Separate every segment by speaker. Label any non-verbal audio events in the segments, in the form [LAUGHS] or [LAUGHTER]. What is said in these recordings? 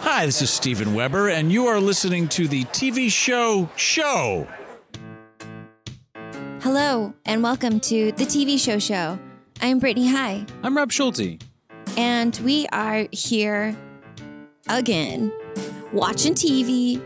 Speaker 1: Hi, this is Steven Weber, and you are listening to the TV show Show.
Speaker 2: Hello, and welcome to the TV show show. I'm Brittany High,
Speaker 3: I'm Rob Schulte.
Speaker 2: and we are here again, watching TV,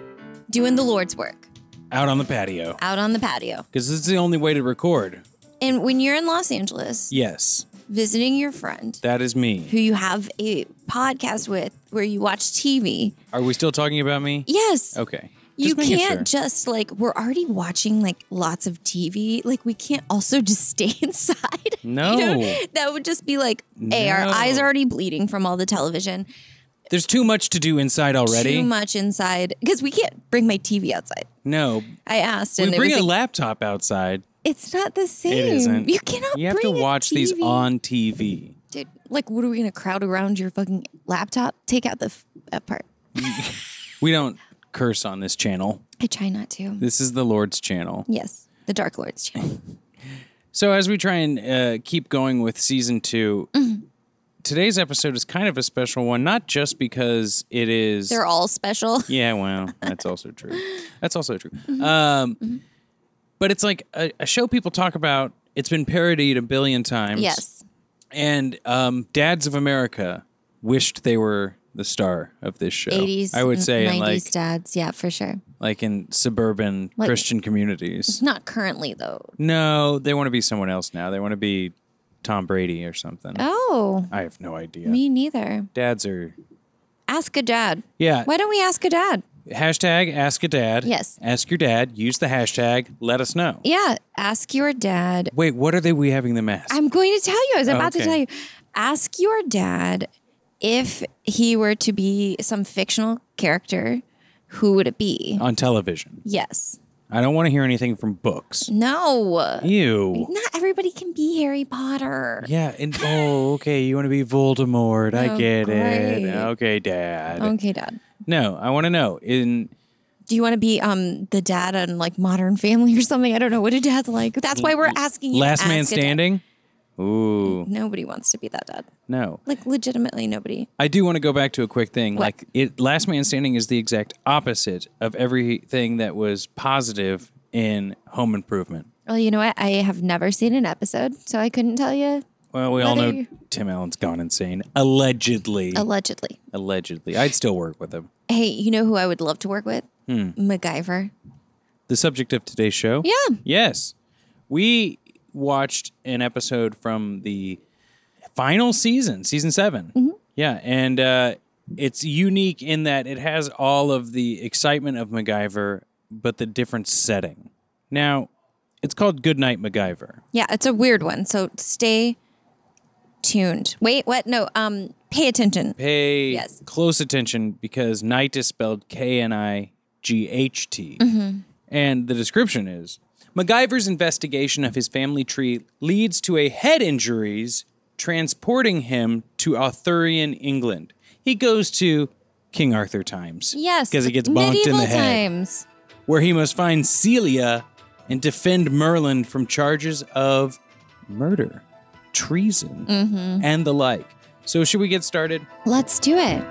Speaker 2: doing the Lord's work
Speaker 1: Out on the patio.
Speaker 2: out on the patio.
Speaker 3: Because this is the only way to record.
Speaker 2: And when you're in Los Angeles
Speaker 3: Yes,
Speaker 2: visiting your friend
Speaker 3: that is me.
Speaker 2: who you have a podcast with where you watch TV,
Speaker 3: Are we still talking about me?
Speaker 2: yes,
Speaker 3: Okay. Oh,
Speaker 2: you
Speaker 3: Just making
Speaker 2: can't
Speaker 3: sure.
Speaker 2: just like, we're already watching like lots of TV. Like, we can't also just [LAUGHS] stay inside.
Speaker 3: No.
Speaker 2: [LAUGHS] You know, that would just be like, A, our
Speaker 3: Oh. No.
Speaker 2: eyes are already bleeding from all the television.
Speaker 3: There's too much to do inside already.
Speaker 2: Too much inside because we can't bring my TV outside.
Speaker 3: No.
Speaker 2: I asked, and
Speaker 3: We
Speaker 2: it
Speaker 3: bring
Speaker 2: was
Speaker 3: a
Speaker 2: like,
Speaker 3: laptop outside.
Speaker 2: it's not the same.
Speaker 3: It isn't.
Speaker 2: You cannot.
Speaker 3: You have to
Speaker 2: bring a
Speaker 3: watch these
Speaker 2: TV.
Speaker 3: on TV.
Speaker 2: Dude, like, what are we gonna crowd around your fucking laptop? Take out the f- that part.
Speaker 3: We don't curse on this channel.
Speaker 2: I try not to.
Speaker 3: This is the Lord's channel.
Speaker 2: Yes, the Dark Lord's channel.
Speaker 3: So as we try and uh, keep going with season 2
Speaker 2: Mm-hmm.
Speaker 3: today's episode is kind of a special one, not just because it is
Speaker 2: They're
Speaker 3: [LAUGHS]
Speaker 2: all special.
Speaker 3: Yeah, well, that's also
Speaker 2: [LAUGHS]
Speaker 3: true. That's also true.
Speaker 2: Mm-hmm.
Speaker 3: Um, But it's like a, a show people talk about. It's been parodied a billion times.
Speaker 2: Yes,
Speaker 3: And um, Dads of America wished they were the star of this show.
Speaker 2: eighties.
Speaker 3: I would say in like
Speaker 2: nineties dads. Yeah, for sure.
Speaker 3: like in suburban
Speaker 2: Like-
Speaker 3: Christian communities.
Speaker 2: Not currently though.
Speaker 3: No, they want to be someone else now. They want to be Tom Brady or something.
Speaker 2: Oh,
Speaker 3: I have no idea.
Speaker 2: me neither.
Speaker 3: Dads are
Speaker 2: Ask a dad.
Speaker 3: yeah.
Speaker 2: Why don't we ask a dad?
Speaker 3: Hashtag ask a dad.
Speaker 2: Yes.
Speaker 3: Ask your dad. Use the hashtag. Let us know.
Speaker 2: Yeah, ask your dad
Speaker 3: Wait, what are they we having them ask?
Speaker 2: I'm going to tell you. I was about to
Speaker 3: okay.
Speaker 2: tell you. Ask your dad if he were to be some fictional character, who would it be?
Speaker 3: on television.
Speaker 2: Yes.
Speaker 3: I don't want to hear anything from books.
Speaker 2: No.
Speaker 3: Ew.
Speaker 2: Not everybody can be Harry Potter.
Speaker 3: Yeah, and oh, okay, you want to be Voldemort. I
Speaker 2: Oh,
Speaker 3: get
Speaker 2: great. Oh.
Speaker 3: it. Okay, dad.
Speaker 2: Okay, dad.
Speaker 3: No, I want to know. In
Speaker 2: Do you want to be um the dad on like Modern Family or something? I don't know what a dad's like. That's why we're asking you. to
Speaker 3: Last Man
Speaker 2: ask a dad.
Speaker 3: Standing? Ooh,
Speaker 2: Nobody wants to be that dad.
Speaker 3: no.
Speaker 2: Like legitimately nobody.
Speaker 3: I do want to go back to a quick thing. Like it Last Man Standing is the exact opposite of everything that was positive in Home Improvement.
Speaker 2: Well, you know what? I have never seen an episode, so I couldn't tell you
Speaker 3: Well, we all
Speaker 2: Whether
Speaker 3: know
Speaker 2: you-
Speaker 3: Tim Allen's gone insane. Allegedly.
Speaker 2: allegedly.
Speaker 3: Allegedly. I'd still work with him.
Speaker 2: Hey, you know who I would love to work with?
Speaker 3: Hmm.
Speaker 2: MacGyver.
Speaker 3: the subject of today's show?
Speaker 2: Yeah.
Speaker 3: Yes. We watched an episode from the final season, season 7 Yeah. And uh, it's unique in that it has all of the excitement of MacGyver, but the different setting. Now, it's called Goodnight MacGyver.
Speaker 2: Yeah, it's a weird one. So stay tuned. Wait, what? No, um, pay attention.
Speaker 3: Pay
Speaker 2: Yes.
Speaker 3: close attention because night is spelled K N I G H T.
Speaker 2: Mm-hmm.
Speaker 3: And the description is MacGyver's investigation of his family tree leads to a head injuries transporting him to Arthurian England. He goes to King Arthur times.
Speaker 2: Yes.
Speaker 3: Because he gets bonked in
Speaker 2: medieval
Speaker 3: the head.
Speaker 2: times.
Speaker 3: Where he must find Celia and defend Merlin from charges of murder, treason,
Speaker 2: Mm-hmm.
Speaker 3: and the like. So, should we get started?
Speaker 2: Let's do it.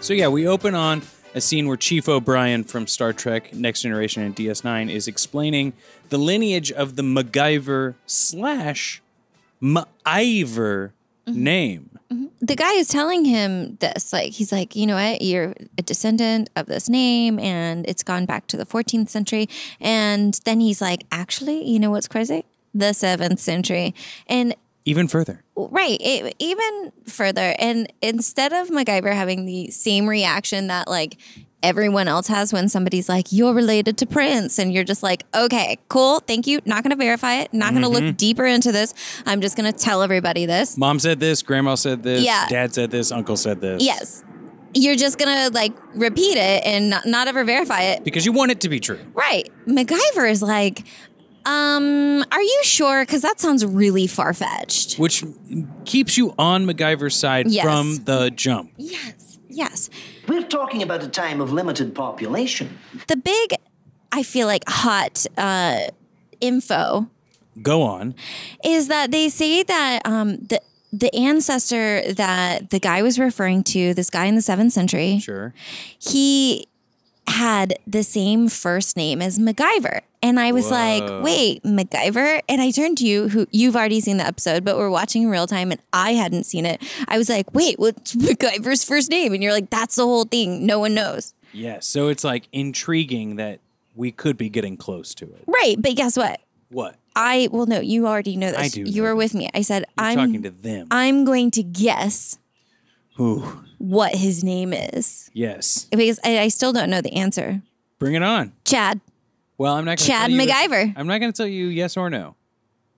Speaker 3: So yeah, we open on a scene where Chief O'Brien from Star Trek Next Generation and DS9 is explaining the lineage of the MacGyver slash MacIver
Speaker 2: Mm-hmm.
Speaker 3: name.
Speaker 2: The guy is telling him this. Like, he's like, you know what? You're a descendant of this name, and it's gone back to the 14th century. And then he's like, actually, you know what's crazy? The 7th century. And
Speaker 3: Even further.
Speaker 2: Right. It, even further. And instead of MacGyver having the same reaction that like everyone else has when somebody's like, you're related to Prince, and you're just like, okay, cool. Thank you. Not going to verify it. Not going to look deeper into this. I'm just going to tell everybody this.
Speaker 3: Mom said this, grandma said this,
Speaker 2: Yeah.
Speaker 3: dad said this, uncle said this.
Speaker 2: Yes. You're just going to like repeat it and not, not ever verify it.
Speaker 3: Because you want it to be true.
Speaker 2: Right. MacGyver is like, um, are you sure? Because that sounds really far fetched.
Speaker 3: Which keeps you on MacGyver's side
Speaker 2: Yes.
Speaker 3: from the jump.
Speaker 2: Yes. Yes.
Speaker 4: We're talking about a time of limited population.
Speaker 2: the big I feel like hot uh, info
Speaker 3: Go on.
Speaker 2: is that they say that um, the the ancestor that the guy was referring to, this guy in the seventh century,
Speaker 3: Sure.
Speaker 2: he had the same first name as MacGyver. And I was
Speaker 3: Whoa.
Speaker 2: like, wait, MacGyver? And I turned to you, who you've already seen the episode, but we're watching real time and I hadn't seen it. I was like, wait, what's [LAUGHS] MacGyver's first name? And you're like, that's the whole thing. No one knows.
Speaker 3: Yes. So it's like intriguing that we could be getting close to it.
Speaker 2: Right. But guess what?
Speaker 3: What?
Speaker 2: I, well, no, you already know this.
Speaker 3: I do
Speaker 2: You
Speaker 3: know
Speaker 2: were
Speaker 3: this.
Speaker 2: with me. I said,
Speaker 3: You're
Speaker 2: I'm,
Speaker 3: talking to them.
Speaker 2: I'm going to guess
Speaker 3: Ooh.
Speaker 2: what his name is
Speaker 3: Yes.
Speaker 2: because I, I still don't know the answer.
Speaker 3: Bring it on.
Speaker 2: Chad.
Speaker 3: Well, I'm not gonna
Speaker 2: Chad
Speaker 3: tell you-
Speaker 2: MacGyver.
Speaker 3: I'm not going to tell you yes or no.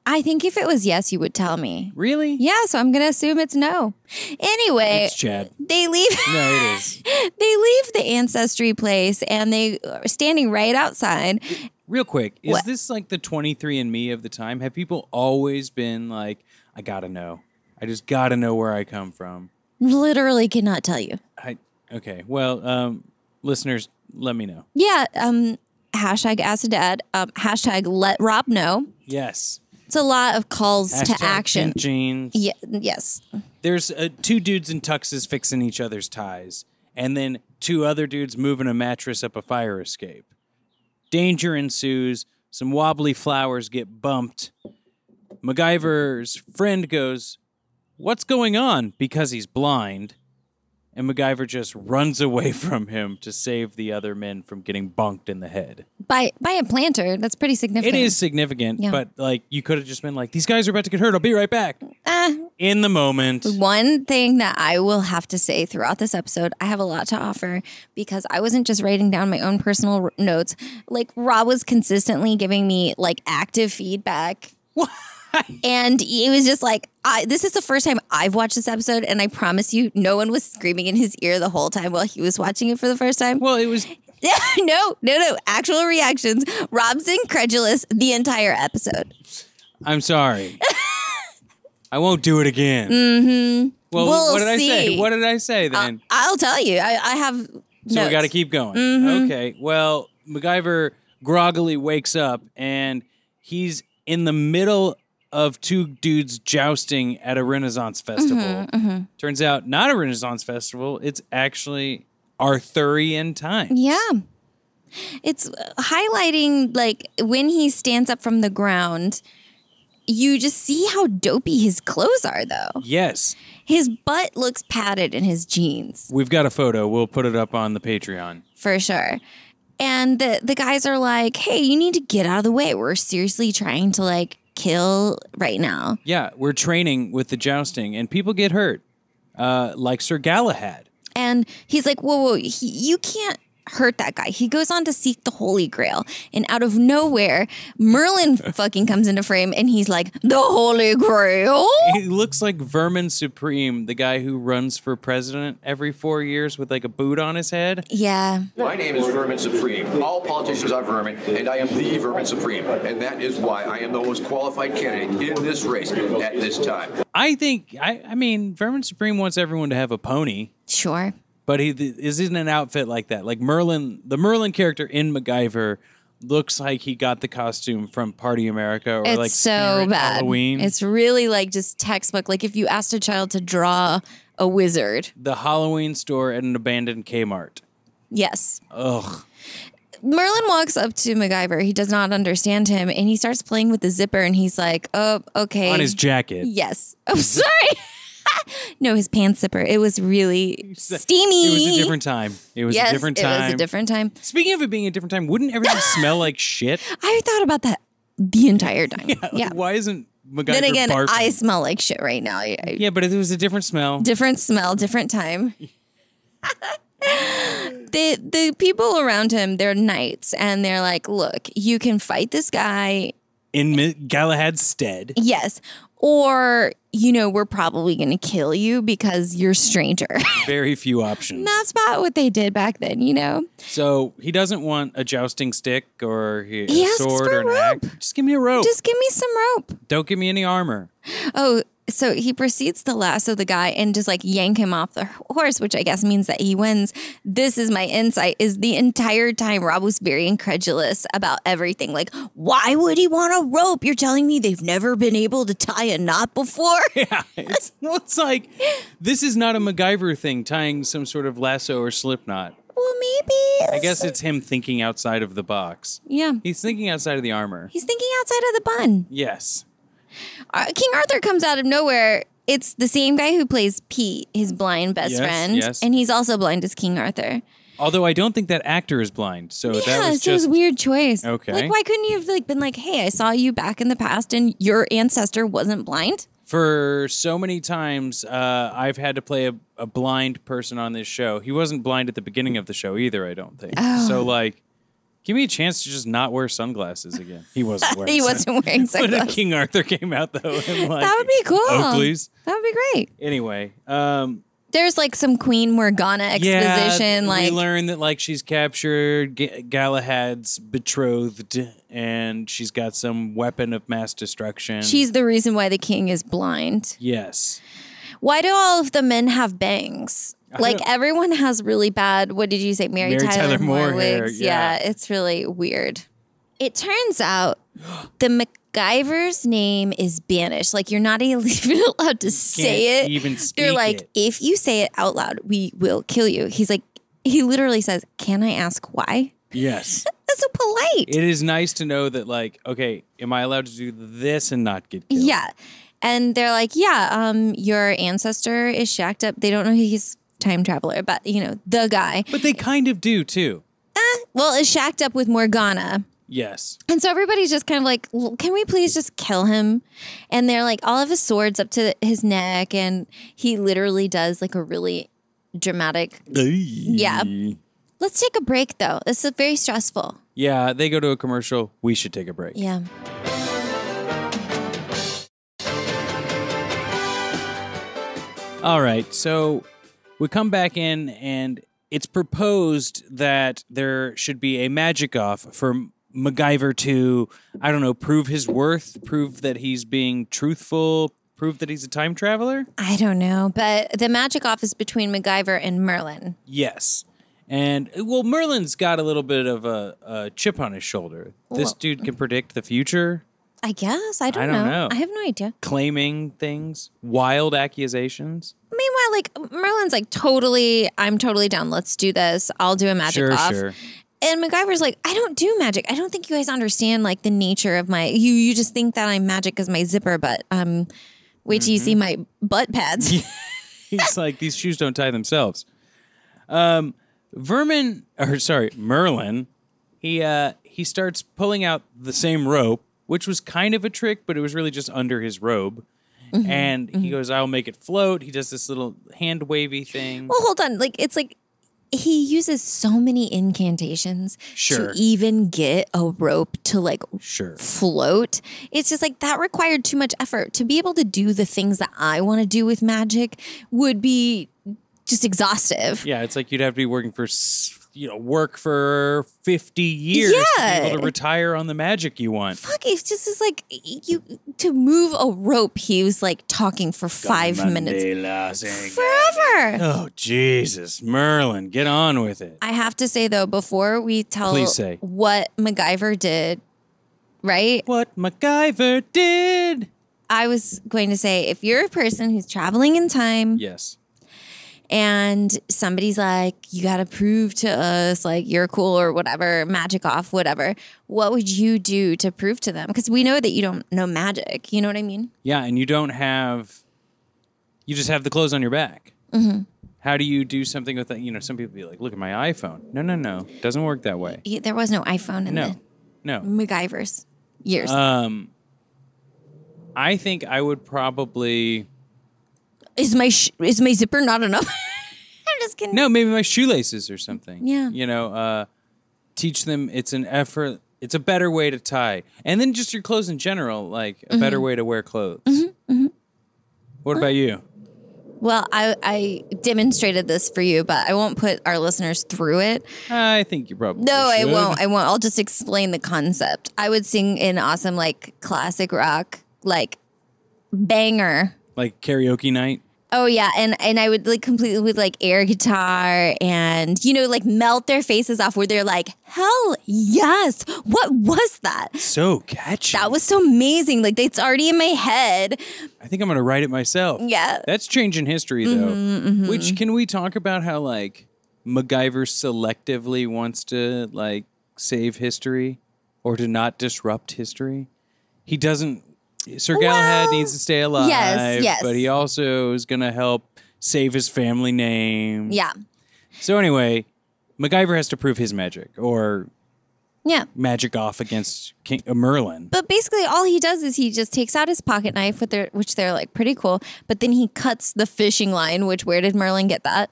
Speaker 2: I think if it was yes, you would tell me.
Speaker 3: Really?
Speaker 2: Yeah, so I'm gonna assume it's no. Anyway,
Speaker 3: It's Chad.
Speaker 2: they leave.
Speaker 3: [LAUGHS] No, it is.
Speaker 2: [LAUGHS] they leave the ancestry place, and they are standing right outside.
Speaker 3: Real quick, is
Speaker 2: What?
Speaker 3: this like the 23andMe of the time? Have people always been like, I gotta know. I just gotta know where I come from.
Speaker 2: Literally, cannot tell you.
Speaker 3: I okay. Well, um, listeners, let me know.
Speaker 2: Yeah. Um. Hashtag ask a dad. Um, hashtag let Rob know.
Speaker 3: Yes.
Speaker 2: It's a lot of calls
Speaker 3: Hashtag
Speaker 2: to action.
Speaker 3: pink Jeans.
Speaker 2: Yeah, yes.
Speaker 3: There's uh, two dudes in tuxes fixing each other's ties, and then two other dudes moving a mattress up a fire escape. Danger ensues. Some wobbly flowers get bumped. MacGyver's friend goes, What's going on? Because he's blind. And MacGyver just runs [LAUGHS] away from him to save the other men from getting bonked in the head.
Speaker 2: By by a planter. That's pretty
Speaker 3: It
Speaker 2: significant.
Speaker 3: is significant,
Speaker 2: Yeah.
Speaker 3: but like you could have just been like, These guys are about to get hurt. I'll be right back.
Speaker 2: Uh,
Speaker 3: In the moment.
Speaker 2: One thing that I will have to say throughout this episode, I have a lot to offer because I wasn't just writing down my own personal r- notes. Like Rob was consistently giving me like active feedback. And it was just like, I, this is the first time I've watched this episode, and I promise you, no one was screaming in his ear the whole time while he was watching it for the first time.
Speaker 3: Well, it was
Speaker 2: [LAUGHS] no, no, no. Actual reactions. Rob's incredulous the entire episode.
Speaker 3: I'm sorry. I won't do it again. Mm-hmm. Well,
Speaker 2: We'll
Speaker 3: what did I say?
Speaker 2: see.
Speaker 3: What did I say then?
Speaker 2: I'll tell you, I, I have.
Speaker 3: so we
Speaker 2: notes. Mm-hmm.
Speaker 3: got to keep going. Okay. Well, MacGyver groggily wakes up and he's in the middle of two dudes jousting at a Renaissance
Speaker 2: Mm-hmm,
Speaker 3: festival. Turns out, not a Renaissance festival. It's actually Arthurian time.
Speaker 2: Yeah. It's uh, highlighting like when he stands up from the ground, you just see how dopey his clothes are though.
Speaker 3: Yes,
Speaker 2: His butt looks padded in his jeans
Speaker 3: we've got a photo. We'll put it up on the Patreon.
Speaker 2: for sure. And the the guys are like, "Hey, you need to get out of the way. We're seriously trying to like kill right now."
Speaker 3: Yeah, we're training with the jousting, and people get hurt, uh, like Sir Galahad.
Speaker 2: And he's like, whoa, whoa, he, you can't hurt that guy. He goes on to seek the Holy Grail. And out of nowhere,
Speaker 3: [LAUGHS]
Speaker 2: Merlin fucking comes into frame and he's like, the
Speaker 3: [LAUGHS]
Speaker 2: Holy Grail?
Speaker 3: He looks like Vermin Supreme, the guy who runs for president every four years with like a boot on his head.
Speaker 2: Yeah.
Speaker 4: My name is Vermin Supreme. All politicians are vermin, and I am the Vermin Supreme. And that is why I am the most qualified candidate in this race at this time.
Speaker 3: I think, I, I mean, Vermin Supreme wants everyone to have a pony,
Speaker 2: Sure.
Speaker 3: but he th- is in an outfit like that. Like Merlin, the Merlin character in MacGyver looks like he got the costume from Party America or
Speaker 2: It's
Speaker 3: like
Speaker 2: so
Speaker 3: Spirit
Speaker 2: bad.
Speaker 3: Halloween.
Speaker 2: It's really like just textbook. Like if you asked a child to draw a wizard.
Speaker 3: the Halloween store at an abandoned Kmart.
Speaker 2: Yes.
Speaker 3: Ugh.
Speaker 2: Merlin walks up to MacGyver. He does not understand him and he starts playing with the zipper and he's like, oh, okay.
Speaker 3: On his jacket.
Speaker 2: Yes. I'm [LAUGHS] sorry. no, his pants zipper. It was really steamy.
Speaker 3: It was a different time. It was
Speaker 2: yes,
Speaker 3: a different
Speaker 2: It
Speaker 3: time.
Speaker 2: was a different time.
Speaker 3: Speaking of it being a different time, wouldn't
Speaker 2: [LAUGHS]
Speaker 3: everything smell like shit?
Speaker 2: I thought about that the entire time. Yeah.
Speaker 3: Like, Why isn't MacGyver
Speaker 2: Then again,
Speaker 3: barfing?
Speaker 2: I smell like shit right now. I- I-
Speaker 3: yeah, but it was a different smell.
Speaker 2: Different smell, different time. [LAUGHS] the the people around him, they're knights, and they're like, "Look, you can fight this guy,
Speaker 3: In Mi- Galahad's stead.
Speaker 2: yes, or you know, we're probably going to kill you because you're a stranger." [LAUGHS]
Speaker 3: Very few options.
Speaker 2: That's about what they did back then, you know.
Speaker 3: So he doesn't want a jousting stick or he- a
Speaker 2: He asks
Speaker 3: sword
Speaker 2: for
Speaker 3: or
Speaker 2: a
Speaker 3: Oh. an axe. Just give me a rope.
Speaker 2: Just give me some rope.
Speaker 3: Don't give me any armor. [LAUGHS]
Speaker 2: Oh, so he proceeds to lasso the guy and just like yank him off the horse, which I guess means that he wins. This is my insight is the entire time Rob was very incredulous about everything. Like, why would he want a rope? You're telling me they've never been able to tie a knot before?
Speaker 3: [LAUGHS] Yeah, it's, well, it's like this is not a MacGyver thing, tying some sort of lasso or slip knot.
Speaker 2: well, maybe.
Speaker 3: I guess it's him thinking outside of the box.
Speaker 2: Yeah.
Speaker 3: He's thinking outside of the armor.
Speaker 2: He's thinking outside of the bun.
Speaker 3: Yes.
Speaker 2: Uh, King Arthur comes out of nowhere. It's the same guy who plays Pete, his blind best
Speaker 3: Yes,
Speaker 2: friend,
Speaker 3: yes.
Speaker 2: and he's also blind as King Arthur.
Speaker 3: Although I don't think that actor is blind, so
Speaker 2: yeah,
Speaker 3: that was
Speaker 2: so it was
Speaker 3: just
Speaker 2: a weird choice.
Speaker 3: Okay.
Speaker 2: like why couldn't you have like been like, "Hey, I saw you back in the past, and your ancestor wasn't blind." [LAUGHS]
Speaker 3: for so many times uh, I've had to play a, a blind person on this show. He wasn't blind at the beginning of the show either, I don't think.
Speaker 2: Oh.
Speaker 3: So like, give me a chance to just not wear sunglasses again. He
Speaker 2: [LAUGHS]
Speaker 3: wasn't wearing.
Speaker 2: He
Speaker 3: [LAUGHS]
Speaker 2: wasn't wearing
Speaker 3: When a
Speaker 2: sunglasses.
Speaker 3: King Arthur came out though, and like, Oh,
Speaker 2: That would be cool.
Speaker 3: Oakley's.
Speaker 2: That would be great.
Speaker 3: Anyway, um,
Speaker 2: There's like some Queen Morgana exposition,
Speaker 3: Yeah,
Speaker 2: like
Speaker 3: we learn that like she's captured G- Galahad's betrothed, and she's got some weapon of mass destruction.
Speaker 2: she's the reason why the king is blind.
Speaker 3: yes,
Speaker 2: Why do all of the men have bangs? Like
Speaker 3: don't-
Speaker 2: everyone has really bad. What did you say, Mary,
Speaker 3: Mary
Speaker 2: Tyler,
Speaker 3: Tyler
Speaker 2: Moore,
Speaker 3: Moore hair,
Speaker 2: wigs?
Speaker 3: yeah.
Speaker 2: Yeah. it's really weird. It turns out the MacGyver's name is banished. Like you're not [LAUGHS] even allowed to say
Speaker 3: Can't
Speaker 2: it.
Speaker 3: even
Speaker 2: They're
Speaker 3: speak
Speaker 2: like,
Speaker 3: it.
Speaker 2: if you say it out loud, we will kill you. He's like, he literally says, "Can I ask why?"
Speaker 3: yes.
Speaker 2: That's so polite.
Speaker 3: It is nice to know that, like, okay, am I allowed to do this and not get killed?
Speaker 2: Yeah. And they're like, yeah, um, your ancestor is shacked up. They don't know he's time traveler, but you know, the guy.
Speaker 3: But they kind of do too.
Speaker 2: Well, is shacked up with Morgana.
Speaker 3: Yes.
Speaker 2: And so everybody's just kind of like, "L- can we please just kill him? And they're like, all of his swords up to his neck. And he literally does like a really dramatic.
Speaker 3: Yeah.
Speaker 2: Let's take a break though. This is very stressful.
Speaker 3: Yeah, they go to a commercial. We should take a break.
Speaker 2: Yeah.
Speaker 3: All right. So we come back in, and it's proposed that there should be a magic off for MacGyver to, I don't know, prove his worth, prove that he's being truthful, prove that he's a time traveler.
Speaker 2: I don't know. But the magic off is between MacGyver and Merlin.
Speaker 3: Yes. And uh, well, Merlin's got a little bit of a, a chip on his shoulder. This
Speaker 2: Well-
Speaker 3: dude can predict the future,
Speaker 2: I guess. I don't,
Speaker 3: don't know.
Speaker 2: I have no idea.
Speaker 3: claiming things, wild accusations. [LAUGHS]
Speaker 2: Meanwhile, like Merlin's like totally, I'm totally down. Let's do this. I'll do a magic
Speaker 3: Sure,
Speaker 2: off.
Speaker 3: sure.
Speaker 2: And MacGyver's like, I don't do magic. I don't think you guys understand like the nature of my. You you just think that I'm magic because my zipper, but um, wait till you see
Speaker 3: Mm-hmm.
Speaker 2: my butt pads.
Speaker 3: [LAUGHS]
Speaker 2: [LAUGHS]
Speaker 3: He's like, these shoes don't tie themselves. Um, Vermin, or sorry, Merlin, he uh, he starts pulling out the same rope, which was kind of a trick, but it was really just under his robe.
Speaker 2: Mm-hmm.
Speaker 3: And he goes, "I'll make it float." He does this little hand wavy thing.
Speaker 2: Well, hold on. Like it's like he uses so many incantations
Speaker 3: Sure.
Speaker 2: to even get a rope to like
Speaker 3: sure.
Speaker 2: float. It's just like that required too much effort. To be able to do the things that I want to do with magic would be just exhaustive.
Speaker 3: Yeah, it's like you'd have to be working for s- you know work for fifty years to be
Speaker 2: Yeah.
Speaker 3: able to retire on the magic you want.
Speaker 2: Fuck, it's just it's like you to move a rope, he was like talking for five minutes. Forever.
Speaker 3: Oh Jesus, Merlin, get on with it.
Speaker 2: I have to say though, before we tell
Speaker 3: Please say.
Speaker 2: what MacGyver did, right?
Speaker 3: What MacGyver did?
Speaker 2: I was going to say if you're a person who's traveling in time
Speaker 3: Yes.
Speaker 2: and somebody's like, you got to prove to us like you're cool or whatever, magic off, whatever, what would you do to prove to them? Because we know that you don't know magic. You know what I mean?
Speaker 3: Yeah, and you don't have. You just have the clothes on your back. Mm-hmm. How do you do something with that? You know, some people be like, "Look at my iPhone." No, no, no, doesn't work that way.
Speaker 2: Y- There was no iPhone in
Speaker 3: No, no.
Speaker 2: the MacGyver's years.
Speaker 3: Um, I think I would probably
Speaker 2: is my sh- is my zipper not enough? [LAUGHS] I'm just kidding.
Speaker 3: no, maybe my shoelaces or something.
Speaker 2: Yeah.
Speaker 3: you know, uh, teach them it's an effort. It's a better way to tie, and then just your clothes in general, like a better way to wear clothes. What about you?
Speaker 2: Well, I, I demonstrated this for you, but I won't put our listeners through it.
Speaker 3: I think you probably
Speaker 2: No, I
Speaker 3: should.
Speaker 2: won't. I won't. I'll just explain the concept. I would sing an awesome, like, classic rock, like, banger
Speaker 3: like karaoke night.
Speaker 2: Oh yeah, and and I would like completely with like air guitar and you know like melt their faces off where they're like, "Hell yes. What was that?"
Speaker 3: So catchy.
Speaker 2: That was so amazing. Like it's already in my head.
Speaker 3: I think I'm gonna write it myself.
Speaker 2: Yeah. Mm-hmm,
Speaker 3: That's changing history though. Which can we talk about how like MacGyver selectively wants to like save history or to not disrupt history? He doesn't Sir Galahad
Speaker 2: Well,
Speaker 3: needs to stay alive.
Speaker 2: yes.
Speaker 3: But he also is gonna help save his family name.
Speaker 2: Yeah.
Speaker 3: So anyway, MacGyver has to prove his magic or
Speaker 2: Yeah.
Speaker 3: magic off against King uh, Merlin.
Speaker 2: But basically all he does is he just takes out his pocket knife with their which they're like pretty cool, but then he cuts the fishing line, which where did Merlin get that?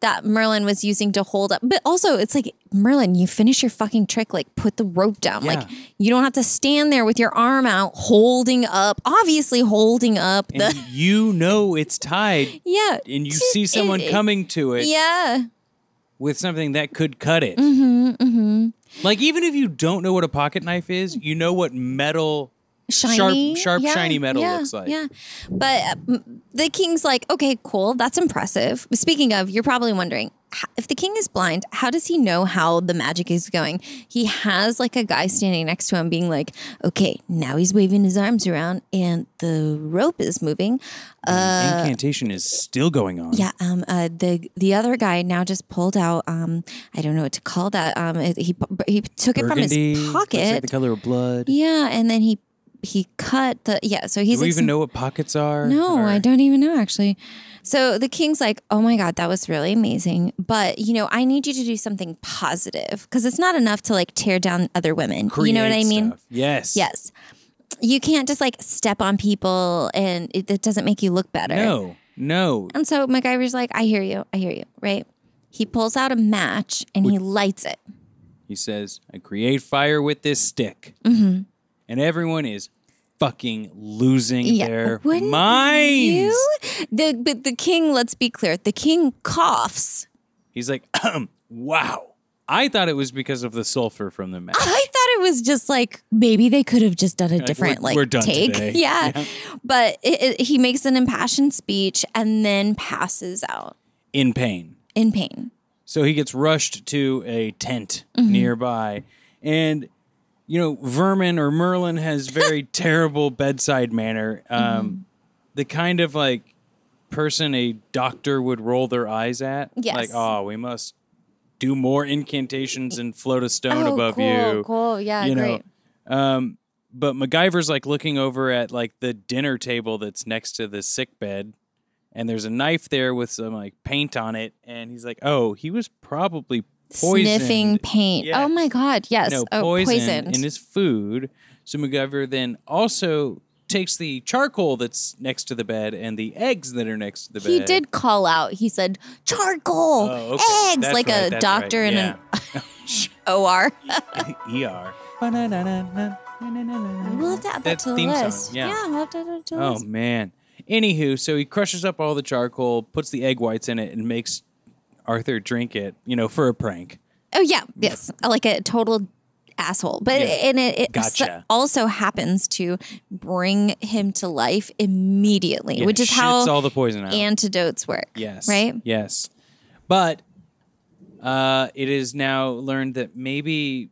Speaker 2: That Merlin was using to hold up. But also it's like Merlin, you finish your fucking trick, like put the rope down.
Speaker 3: Yeah.
Speaker 2: Like you don't have to stand there with your arm out holding up, obviously holding up the
Speaker 3: And you know it's tied
Speaker 2: [LAUGHS] Yeah.
Speaker 3: and you see
Speaker 2: [LAUGHS]
Speaker 3: someone
Speaker 2: it-
Speaker 3: coming to it
Speaker 2: Yeah.
Speaker 3: with something that could cut it. Mm-hmm, mm-hmm. Like even if you don't know what a pocket knife is, you know what metal
Speaker 2: shiny,
Speaker 3: sharp, sharp,
Speaker 2: Yeah,
Speaker 3: shiny metal
Speaker 2: yeah,
Speaker 3: looks like.
Speaker 2: Yeah, but uh, m- the king's like, okay, cool, that's impressive. Speaking of, you're probably wondering h- if the king is blind, how does he know how the magic is going? He has like a guy standing next to him, being like, okay, now he's waving his arms around and the rope is moving.
Speaker 3: Incantation is still going on.
Speaker 2: Uh, Yeah, um, uh, the the other guy now just pulled out. Um, I don't know what to call that. Um, it- he pu- he took
Speaker 3: Burgundy,
Speaker 2: it from
Speaker 3: looks like
Speaker 2: his pocket.
Speaker 3: the color of blood.
Speaker 2: yeah, and then he he cut the yeah. So he's
Speaker 3: Do we
Speaker 2: like
Speaker 3: even know what pockets are?
Speaker 2: No, I
Speaker 3: Or-
Speaker 2: don't even know actually. So the king's like, "Oh my god, that was really amazing, but you know, I need you to do something positive because it's not enough to like tear down other women. you know what
Speaker 3: create
Speaker 2: I mean?
Speaker 3: stuff. Yes.
Speaker 2: Yes. You can't just like step on people and it, it doesn't make you look better.
Speaker 3: No. No.
Speaker 2: And so MacGyver's like, "I hear you. I hear you." Right? He pulls out a match and he lights it.
Speaker 3: He says, I create fire with this stick.
Speaker 2: Mm-hmm.
Speaker 3: And everyone is fucking losing their
Speaker 2: Wouldn't
Speaker 3: minds.
Speaker 2: you? The but the king, let's be clear, the king coughs.
Speaker 3: He's like, [CLEARS THROAT] "Ahem, wow. I thought it was because of the sulfur from the match.
Speaker 2: I thought it was just like maybe they could have just done a different
Speaker 3: we're-
Speaker 2: like
Speaker 3: we're done
Speaker 2: take.
Speaker 3: today.
Speaker 2: [LAUGHS] Yeah. But it, it- he makes an impassioned speech and then passes out
Speaker 3: in pain.
Speaker 2: in pain.
Speaker 3: So he gets rushed to a tent
Speaker 2: Mm-hmm.
Speaker 3: nearby. And, you know, Vermin or Merlin
Speaker 2: [LAUGHS]
Speaker 3: has very terrible bedside manner. Um,
Speaker 2: Mm-hmm.
Speaker 3: The kind of like person a doctor would roll their eyes at.
Speaker 2: Yes.
Speaker 3: Like, oh, we must do more incantations and float a stone above
Speaker 2: Oh, cool,
Speaker 3: you.
Speaker 2: cool. Yeah,
Speaker 3: you
Speaker 2: Uh, great.
Speaker 3: know. Um, but MacGyver's like looking over at like the dinner table that's next to the sick bed, and there's a knife there with some like paint on it, and he's like, "Oh, he was probably poisoned.
Speaker 2: Sniffing paint.
Speaker 3: Yes.
Speaker 2: Oh my god, yes.
Speaker 3: No,
Speaker 2: oh,
Speaker 3: poisoned,
Speaker 2: poisoned.
Speaker 3: in his food." So MacGyver then also takes the charcoal that's next to the bed and the eggs that are next to the bed.
Speaker 2: he did call out. He said, charcoal,
Speaker 3: Oh, okay.
Speaker 2: eggs,
Speaker 3: That's
Speaker 2: like
Speaker 3: right,
Speaker 2: a
Speaker 3: that's
Speaker 2: doctor
Speaker 3: right.
Speaker 2: in
Speaker 3: yeah.
Speaker 2: an OR.
Speaker 3: [LAUGHS] ER. Ba-na-na-na-na-na-na-na-na.
Speaker 2: we'll have to add that
Speaker 3: That's
Speaker 2: to the
Speaker 3: theme song,
Speaker 2: list.
Speaker 3: yeah.
Speaker 2: we'll have to add that to the
Speaker 3: Oh
Speaker 2: list.
Speaker 3: man. Anywho, so he crushes up all the charcoal, puts the egg whites in it, and makes Arthur drink it. You know, for a prank.
Speaker 2: Oh yeah, yes, like a total asshole. But
Speaker 3: Yeah.
Speaker 2: and it, it
Speaker 3: Gotcha.
Speaker 2: also happens to bring him to life immediately,
Speaker 3: Yeah,
Speaker 2: which is
Speaker 3: shits
Speaker 2: how
Speaker 3: all the poison out.
Speaker 2: antidotes work.
Speaker 3: yes,
Speaker 2: right.
Speaker 3: Yes, but uh, it is now learned that maybe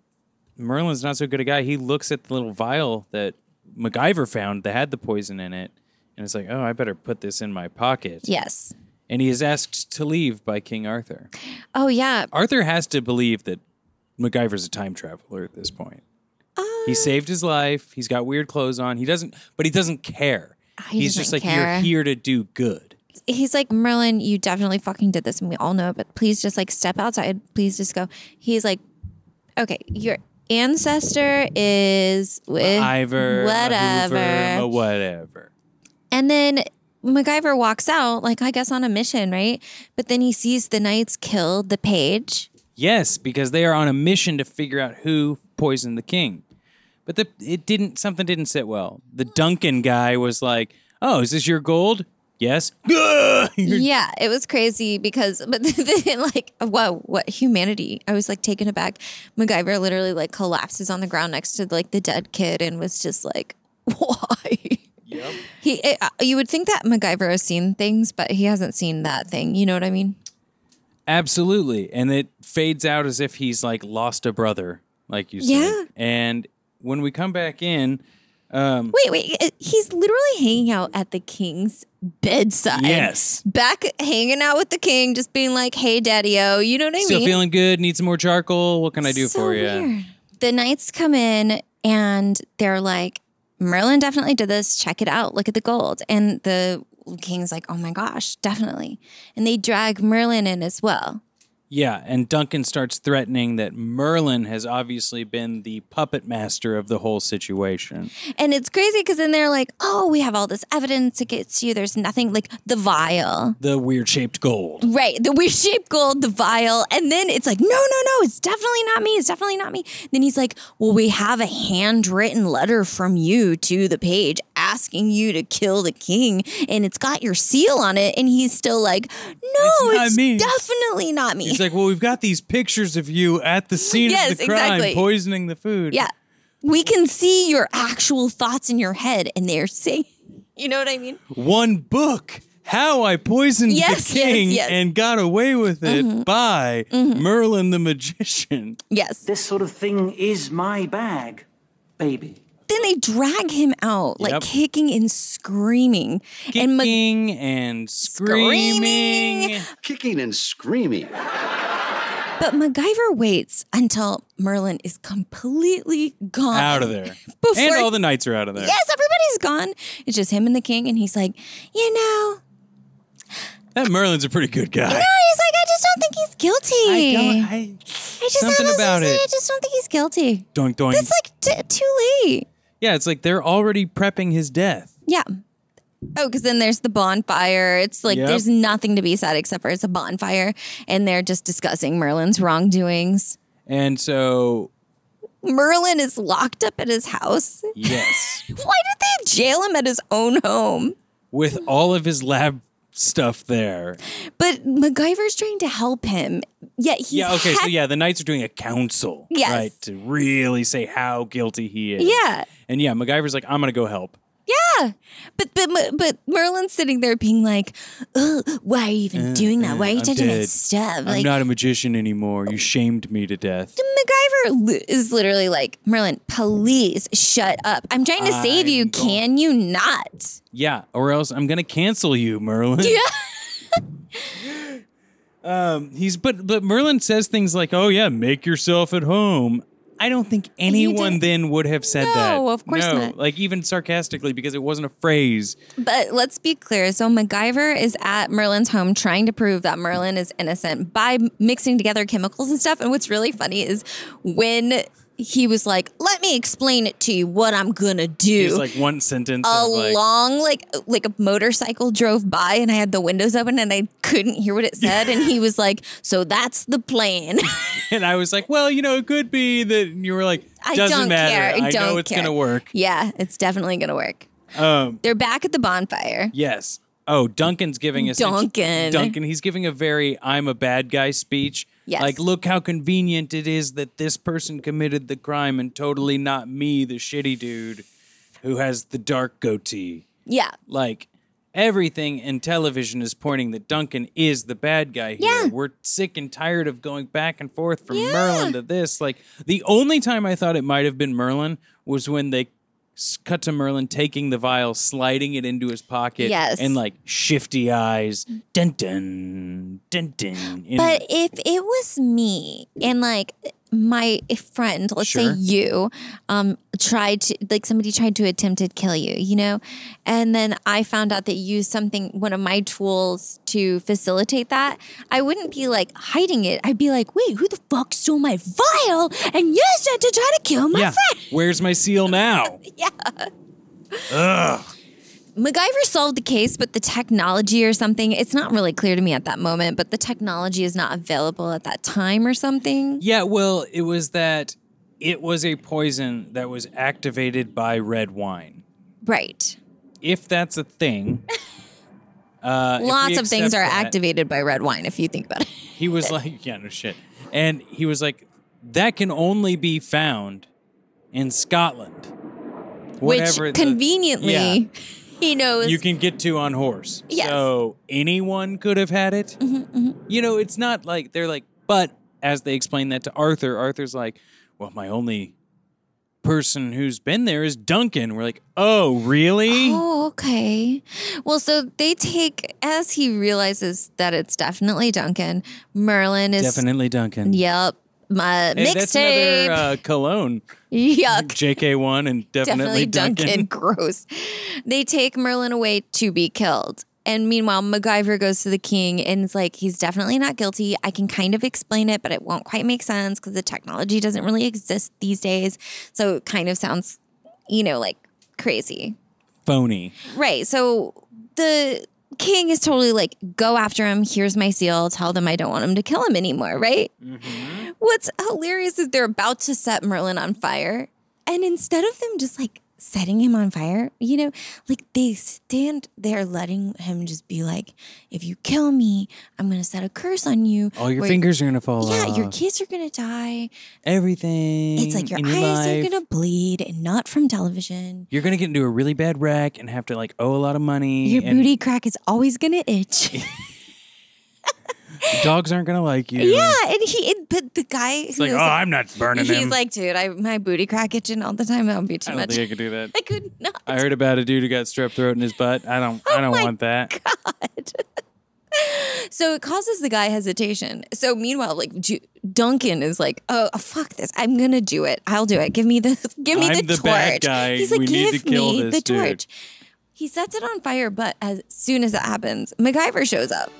Speaker 3: Merlin's not so good a guy. He looks at the little vial that MacGyver found that had the poison in it, and it's like, oh, I better put this in my pocket.
Speaker 2: Yes.
Speaker 3: And he is asked to leave by King Arthur.
Speaker 2: Oh yeah.
Speaker 3: Arthur has to believe that MacGyver's a time traveler at this point.
Speaker 2: Uh.
Speaker 3: he saved his life. He's got weird clothes on. He doesn't, but he doesn't care.
Speaker 2: Ah, he
Speaker 3: He's just like,
Speaker 2: doesn't care.
Speaker 3: you're here to do good.
Speaker 2: He's like Merlin. You definitely fucking did this, and we all know it. But please, just like step outside. Please, just go. He's like, okay, your ancestor is with
Speaker 3: Ivor,
Speaker 2: Eh, whatever.
Speaker 3: whatever, whatever.
Speaker 2: And then MacGyver walks out, like I guess on a mission, right? But then he sees the knights kill the page.
Speaker 3: Yes, because they are on a mission to figure out who poisoned the king. But the, it didn't. Something didn't sit well. The Duncan guy was like, "Oh, is this your gold?
Speaker 2: [LAUGHS]
Speaker 3: Yes. [LAUGHS] Hmm.
Speaker 2: yeah, it was crazy because, [LAUGHS] but then like, whoa, what humanity? I was like taken aback. MacGyver literally like collapses on the ground next to like the dead kid and was just like, [LAUGHS] why? He, it, uh, you would think that MacGyver has seen things, but he hasn't seen that thing. You know what I mean?
Speaker 3: Absolutely. And it fades out as if he's like lost a brother, like you said.
Speaker 2: Yeah.
Speaker 3: And when we come back in,
Speaker 2: Wait, wait. uh, He's literally hanging out at the king's bedside.
Speaker 3: Yes.
Speaker 2: Back hanging out with the king, just being like, hey, daddy o. You know what I
Speaker 3: still
Speaker 2: mean?
Speaker 3: feeling good, need some more charcoal. What can I do
Speaker 2: So
Speaker 3: for you?
Speaker 2: weird. The knights come in and they're like, Merlin definitely did this. Check it out. Look at the gold. And the king's like, oh my gosh, definitely. And they drag Merlin in as well.
Speaker 3: Yeah, and Duncan starts threatening that Merlin has obviously been the puppet master of the whole situation.
Speaker 2: And it's crazy because then they're like, oh, we have all this evidence against you. There's nothing like the vial.
Speaker 3: The weird shaped gold.
Speaker 2: Right. The weird shaped gold, the vial. And then it's like, no, no, no, it's definitely not me. It's definitely not me. Then he's like, well, we have a handwritten letter from you to the page asking you to kill the king. And it's got your seal on it. And he's still like, no,
Speaker 3: It's not
Speaker 2: it's,
Speaker 3: me.
Speaker 2: definitely not me.
Speaker 3: He's like, Well, we've got these pictures of you at the scene of
Speaker 2: Yes,
Speaker 3: the crime
Speaker 2: exactly.
Speaker 3: poisoning the food.
Speaker 2: yeah. We can see your actual thoughts in your head. And they're saying, you know what I mean?
Speaker 3: One book. How I poisoned
Speaker 2: Yes,
Speaker 3: the
Speaker 2: yes,
Speaker 3: king
Speaker 2: yes. Mm-hmm.
Speaker 3: and got away with it by Merlin the magician.
Speaker 2: Yes.
Speaker 5: This sort of thing is my bag, baby.
Speaker 2: then they drag him out, like
Speaker 3: Yep.
Speaker 2: kicking and screaming. And Mac-
Speaker 3: Kicking and screaming.
Speaker 2: Screaming.
Speaker 6: Kicking and screaming.
Speaker 2: but MacGyver waits until Merlin is completely gone.
Speaker 3: Out of there.
Speaker 2: Um, Before-
Speaker 3: and all the knights are out of there.
Speaker 2: Yes, everybody's gone. It's just him and the king, and he's like, you know,
Speaker 3: That Merlin's a pretty good guy.
Speaker 2: he's like, I just don't think he's
Speaker 3: I
Speaker 2: guilty.
Speaker 3: don't. I,
Speaker 2: just
Speaker 3: something
Speaker 2: honestly
Speaker 3: about
Speaker 2: say,
Speaker 3: it.
Speaker 2: I just don't think he's guilty.
Speaker 3: doink doink.
Speaker 2: It's like t- too late.
Speaker 3: yeah, it's like they're already prepping his death.
Speaker 2: Yeah. Oh, because then there's the bonfire. It's like
Speaker 3: Yep.
Speaker 2: there's nothing to be said except for it's a bonfire, and they're just discussing Merlin's wrongdoings.
Speaker 3: And so,
Speaker 2: Merlin is locked up at his house. [LAUGHS]
Speaker 3: yes,
Speaker 2: Why did they jail him at his own home?
Speaker 3: with all of his lab stuff there.
Speaker 2: But MacGyver's trying to help him, yet he's
Speaker 3: yeah, okay, so
Speaker 2: heck-
Speaker 3: yeah, the knights are doing a council,
Speaker 2: Yes.
Speaker 3: right, to really say how guilty he is.
Speaker 2: Yeah.
Speaker 3: And yeah, MacGyver's like, I'm going to go help.
Speaker 2: yeah. But but Mer- but Merlin's sitting there being like, Ugh, "Why are you even doing that? Why are you
Speaker 3: Uh, I'm
Speaker 2: touching
Speaker 3: dead.
Speaker 2: that stuff?"
Speaker 3: I'm
Speaker 2: Like
Speaker 3: not a magician anymore. You shamed me to death.
Speaker 2: MacGyver li- is literally like, "Merlin, please shut up. I'm trying to save you.
Speaker 3: I'm going-
Speaker 2: Can you not?"
Speaker 3: Yeah, or else I'm going to cancel you, Merlin. [LAUGHS]
Speaker 2: [LAUGHS]
Speaker 3: Um, He's but but Merlin says things like, "Oh yeah, make yourself at home." I don't think anyone
Speaker 2: didn't-
Speaker 3: then would have said
Speaker 2: No,
Speaker 3: that.
Speaker 2: of course
Speaker 3: No,
Speaker 2: not.
Speaker 3: Like even sarcastically because it wasn't a phrase.
Speaker 2: But let's be clear. So MacGyver is at Merlin's home trying to prove that Merlin is innocent by mixing together chemicals and stuff. And what's really funny is when he was like, "Let me explain it to you what I'm gonna
Speaker 3: It was
Speaker 2: do."
Speaker 3: like one sentence.
Speaker 2: a
Speaker 3: of like,
Speaker 2: long like like a motorcycle drove by and I had the windows open and I couldn't hear what it said and he was like so that's the plan
Speaker 3: [LAUGHS]
Speaker 2: [LAUGHS]
Speaker 3: and I was like, "Well, you know, it could be that." And you were like,
Speaker 2: I
Speaker 3: "Doesn't
Speaker 2: don't
Speaker 3: matter.
Speaker 2: care I,
Speaker 3: I
Speaker 2: don't
Speaker 3: know it's
Speaker 2: care.
Speaker 3: gonna work."
Speaker 2: yeah it's definitely gonna work
Speaker 3: Um,
Speaker 2: they're back at the bonfire
Speaker 3: yes. Oh, Duncan's giving us
Speaker 2: Duncan.
Speaker 3: Duncan, he's giving a very "I'm a bad guy" speech.
Speaker 2: Yes.
Speaker 3: Like, look how convenient it is that this person committed the crime and totally not me, the shitty dude who has the dark goatee.
Speaker 2: yeah
Speaker 3: like everything in television is pointing that Duncan is the bad guy here.
Speaker 2: Yeah.
Speaker 3: We're sick and tired of going back and forth from
Speaker 2: Yeah.
Speaker 3: Merlin to this. Like the only time I thought it might have been Merlin was when they s- cut to Merlin taking the vial, sliding it into his pocket,
Speaker 2: Yes.
Speaker 3: and like shifty eyes, dun dun dun dun. in-
Speaker 2: But if it was me and like my friend, let's
Speaker 3: Sure.
Speaker 2: say you, um, tried to like somebody tried to attempt to kill you, you know, and then I found out that you used something, one of my tools to facilitate that, I wouldn't be like hiding it. I'd be like, wait, who the fuck stole my vial and used it to try to kill my
Speaker 3: yeah,
Speaker 2: [LAUGHS] friend?
Speaker 3: where's my seal now?
Speaker 2: MacGyver solved the case, but the technology or something, it's not really clear to me at that moment, but the technology is not available at that time or something.
Speaker 3: Yeah, well, it was that it was a poison that was activated by red wine.
Speaker 2: Right.
Speaker 3: if that's a
Speaker 2: [LAUGHS]
Speaker 3: thing. Uh, if we
Speaker 2: lots of things are
Speaker 3: accept that-
Speaker 2: activated by red wine if you think about it
Speaker 3: He was like, [LAUGHS] yeah, no shit. And he was like, that can only be found in Scotland.
Speaker 2: which
Speaker 3: Whatever the-
Speaker 2: conveniently
Speaker 3: Yeah.
Speaker 2: he knows.
Speaker 3: you can get to on horse.
Speaker 2: Yes. Mm-hmm,
Speaker 3: So anyone could have had it. You know, it's not like they're like, but as they explain that to Arthur, Arthur's like, well, my only person who's been there is Duncan. We're like, oh, really?
Speaker 2: Oh, okay. Well, so they take as he realizes that it's definitely Duncan. Merlin is
Speaker 3: Definitely Duncan.
Speaker 2: yep. My
Speaker 3: Hey, that's
Speaker 2: mixtape.
Speaker 3: another uh, cologne.
Speaker 2: [LAUGHS] Yuck.
Speaker 3: JK1 and definitely,
Speaker 2: Definitely Duncan. [LAUGHS] Gross. They take Merlin away to be killed. And meanwhile, MacGyver goes to the king and is like, he's definitely not guilty. I can kind of explain it, but it won't quite make sense because the technology doesn't really exist these days. So it kind of sounds, you know, like crazy.
Speaker 3: Phony.
Speaker 2: Right. So the king is totally like, go after him. Here's my seal. Tell them I don't want him to kill him anymore. Right.
Speaker 3: Mm-hmm.
Speaker 2: What's hilarious is they're about to set Merlin on fire. And instead of them just like setting him on fire, you know, like they stand there letting him just be like, if you kill me, I'm going to set a curse on you.
Speaker 3: All your
Speaker 2: where-
Speaker 3: fingers are going to fall
Speaker 2: Yeah,
Speaker 3: off.
Speaker 2: your kids are going to die.
Speaker 3: Everything.
Speaker 2: It's like your
Speaker 3: in
Speaker 2: eyes
Speaker 3: life.
Speaker 2: are going to bleed and not from television.
Speaker 3: You're gonna get into a really bad wreck and have to like owe a lot of money.
Speaker 2: Your
Speaker 3: and
Speaker 2: booty crack is always going
Speaker 3: [LAUGHS]
Speaker 2: to itch.
Speaker 3: Dogs aren't gonna like you.
Speaker 2: Yeah, and he, and- but the guy
Speaker 3: It's like, oh, I'm not burning
Speaker 2: he's
Speaker 3: him.
Speaker 2: like, dude, I my booty crack itching all the time. That would be too
Speaker 3: I don't
Speaker 2: much.
Speaker 3: think I could do that.
Speaker 2: [LAUGHS] I could not.
Speaker 3: I heard about a dude who got strep throat in his butt. I don't. I don't
Speaker 2: Oh my
Speaker 3: want that.
Speaker 2: So it causes the guy hesitation. So meanwhile, like Ju- Duncan is like, "Oh fuck this! I'm gonna do it. I'll do it. Give me the [LAUGHS] give me
Speaker 3: I'm
Speaker 2: the
Speaker 3: the bad
Speaker 2: torch."
Speaker 3: guy.
Speaker 2: He's like,
Speaker 3: We need
Speaker 2: "Give
Speaker 3: to kill
Speaker 2: me
Speaker 3: this
Speaker 2: the
Speaker 3: dude."
Speaker 2: torch." He sets it on fire, but as soon as it happens, MacGyver shows up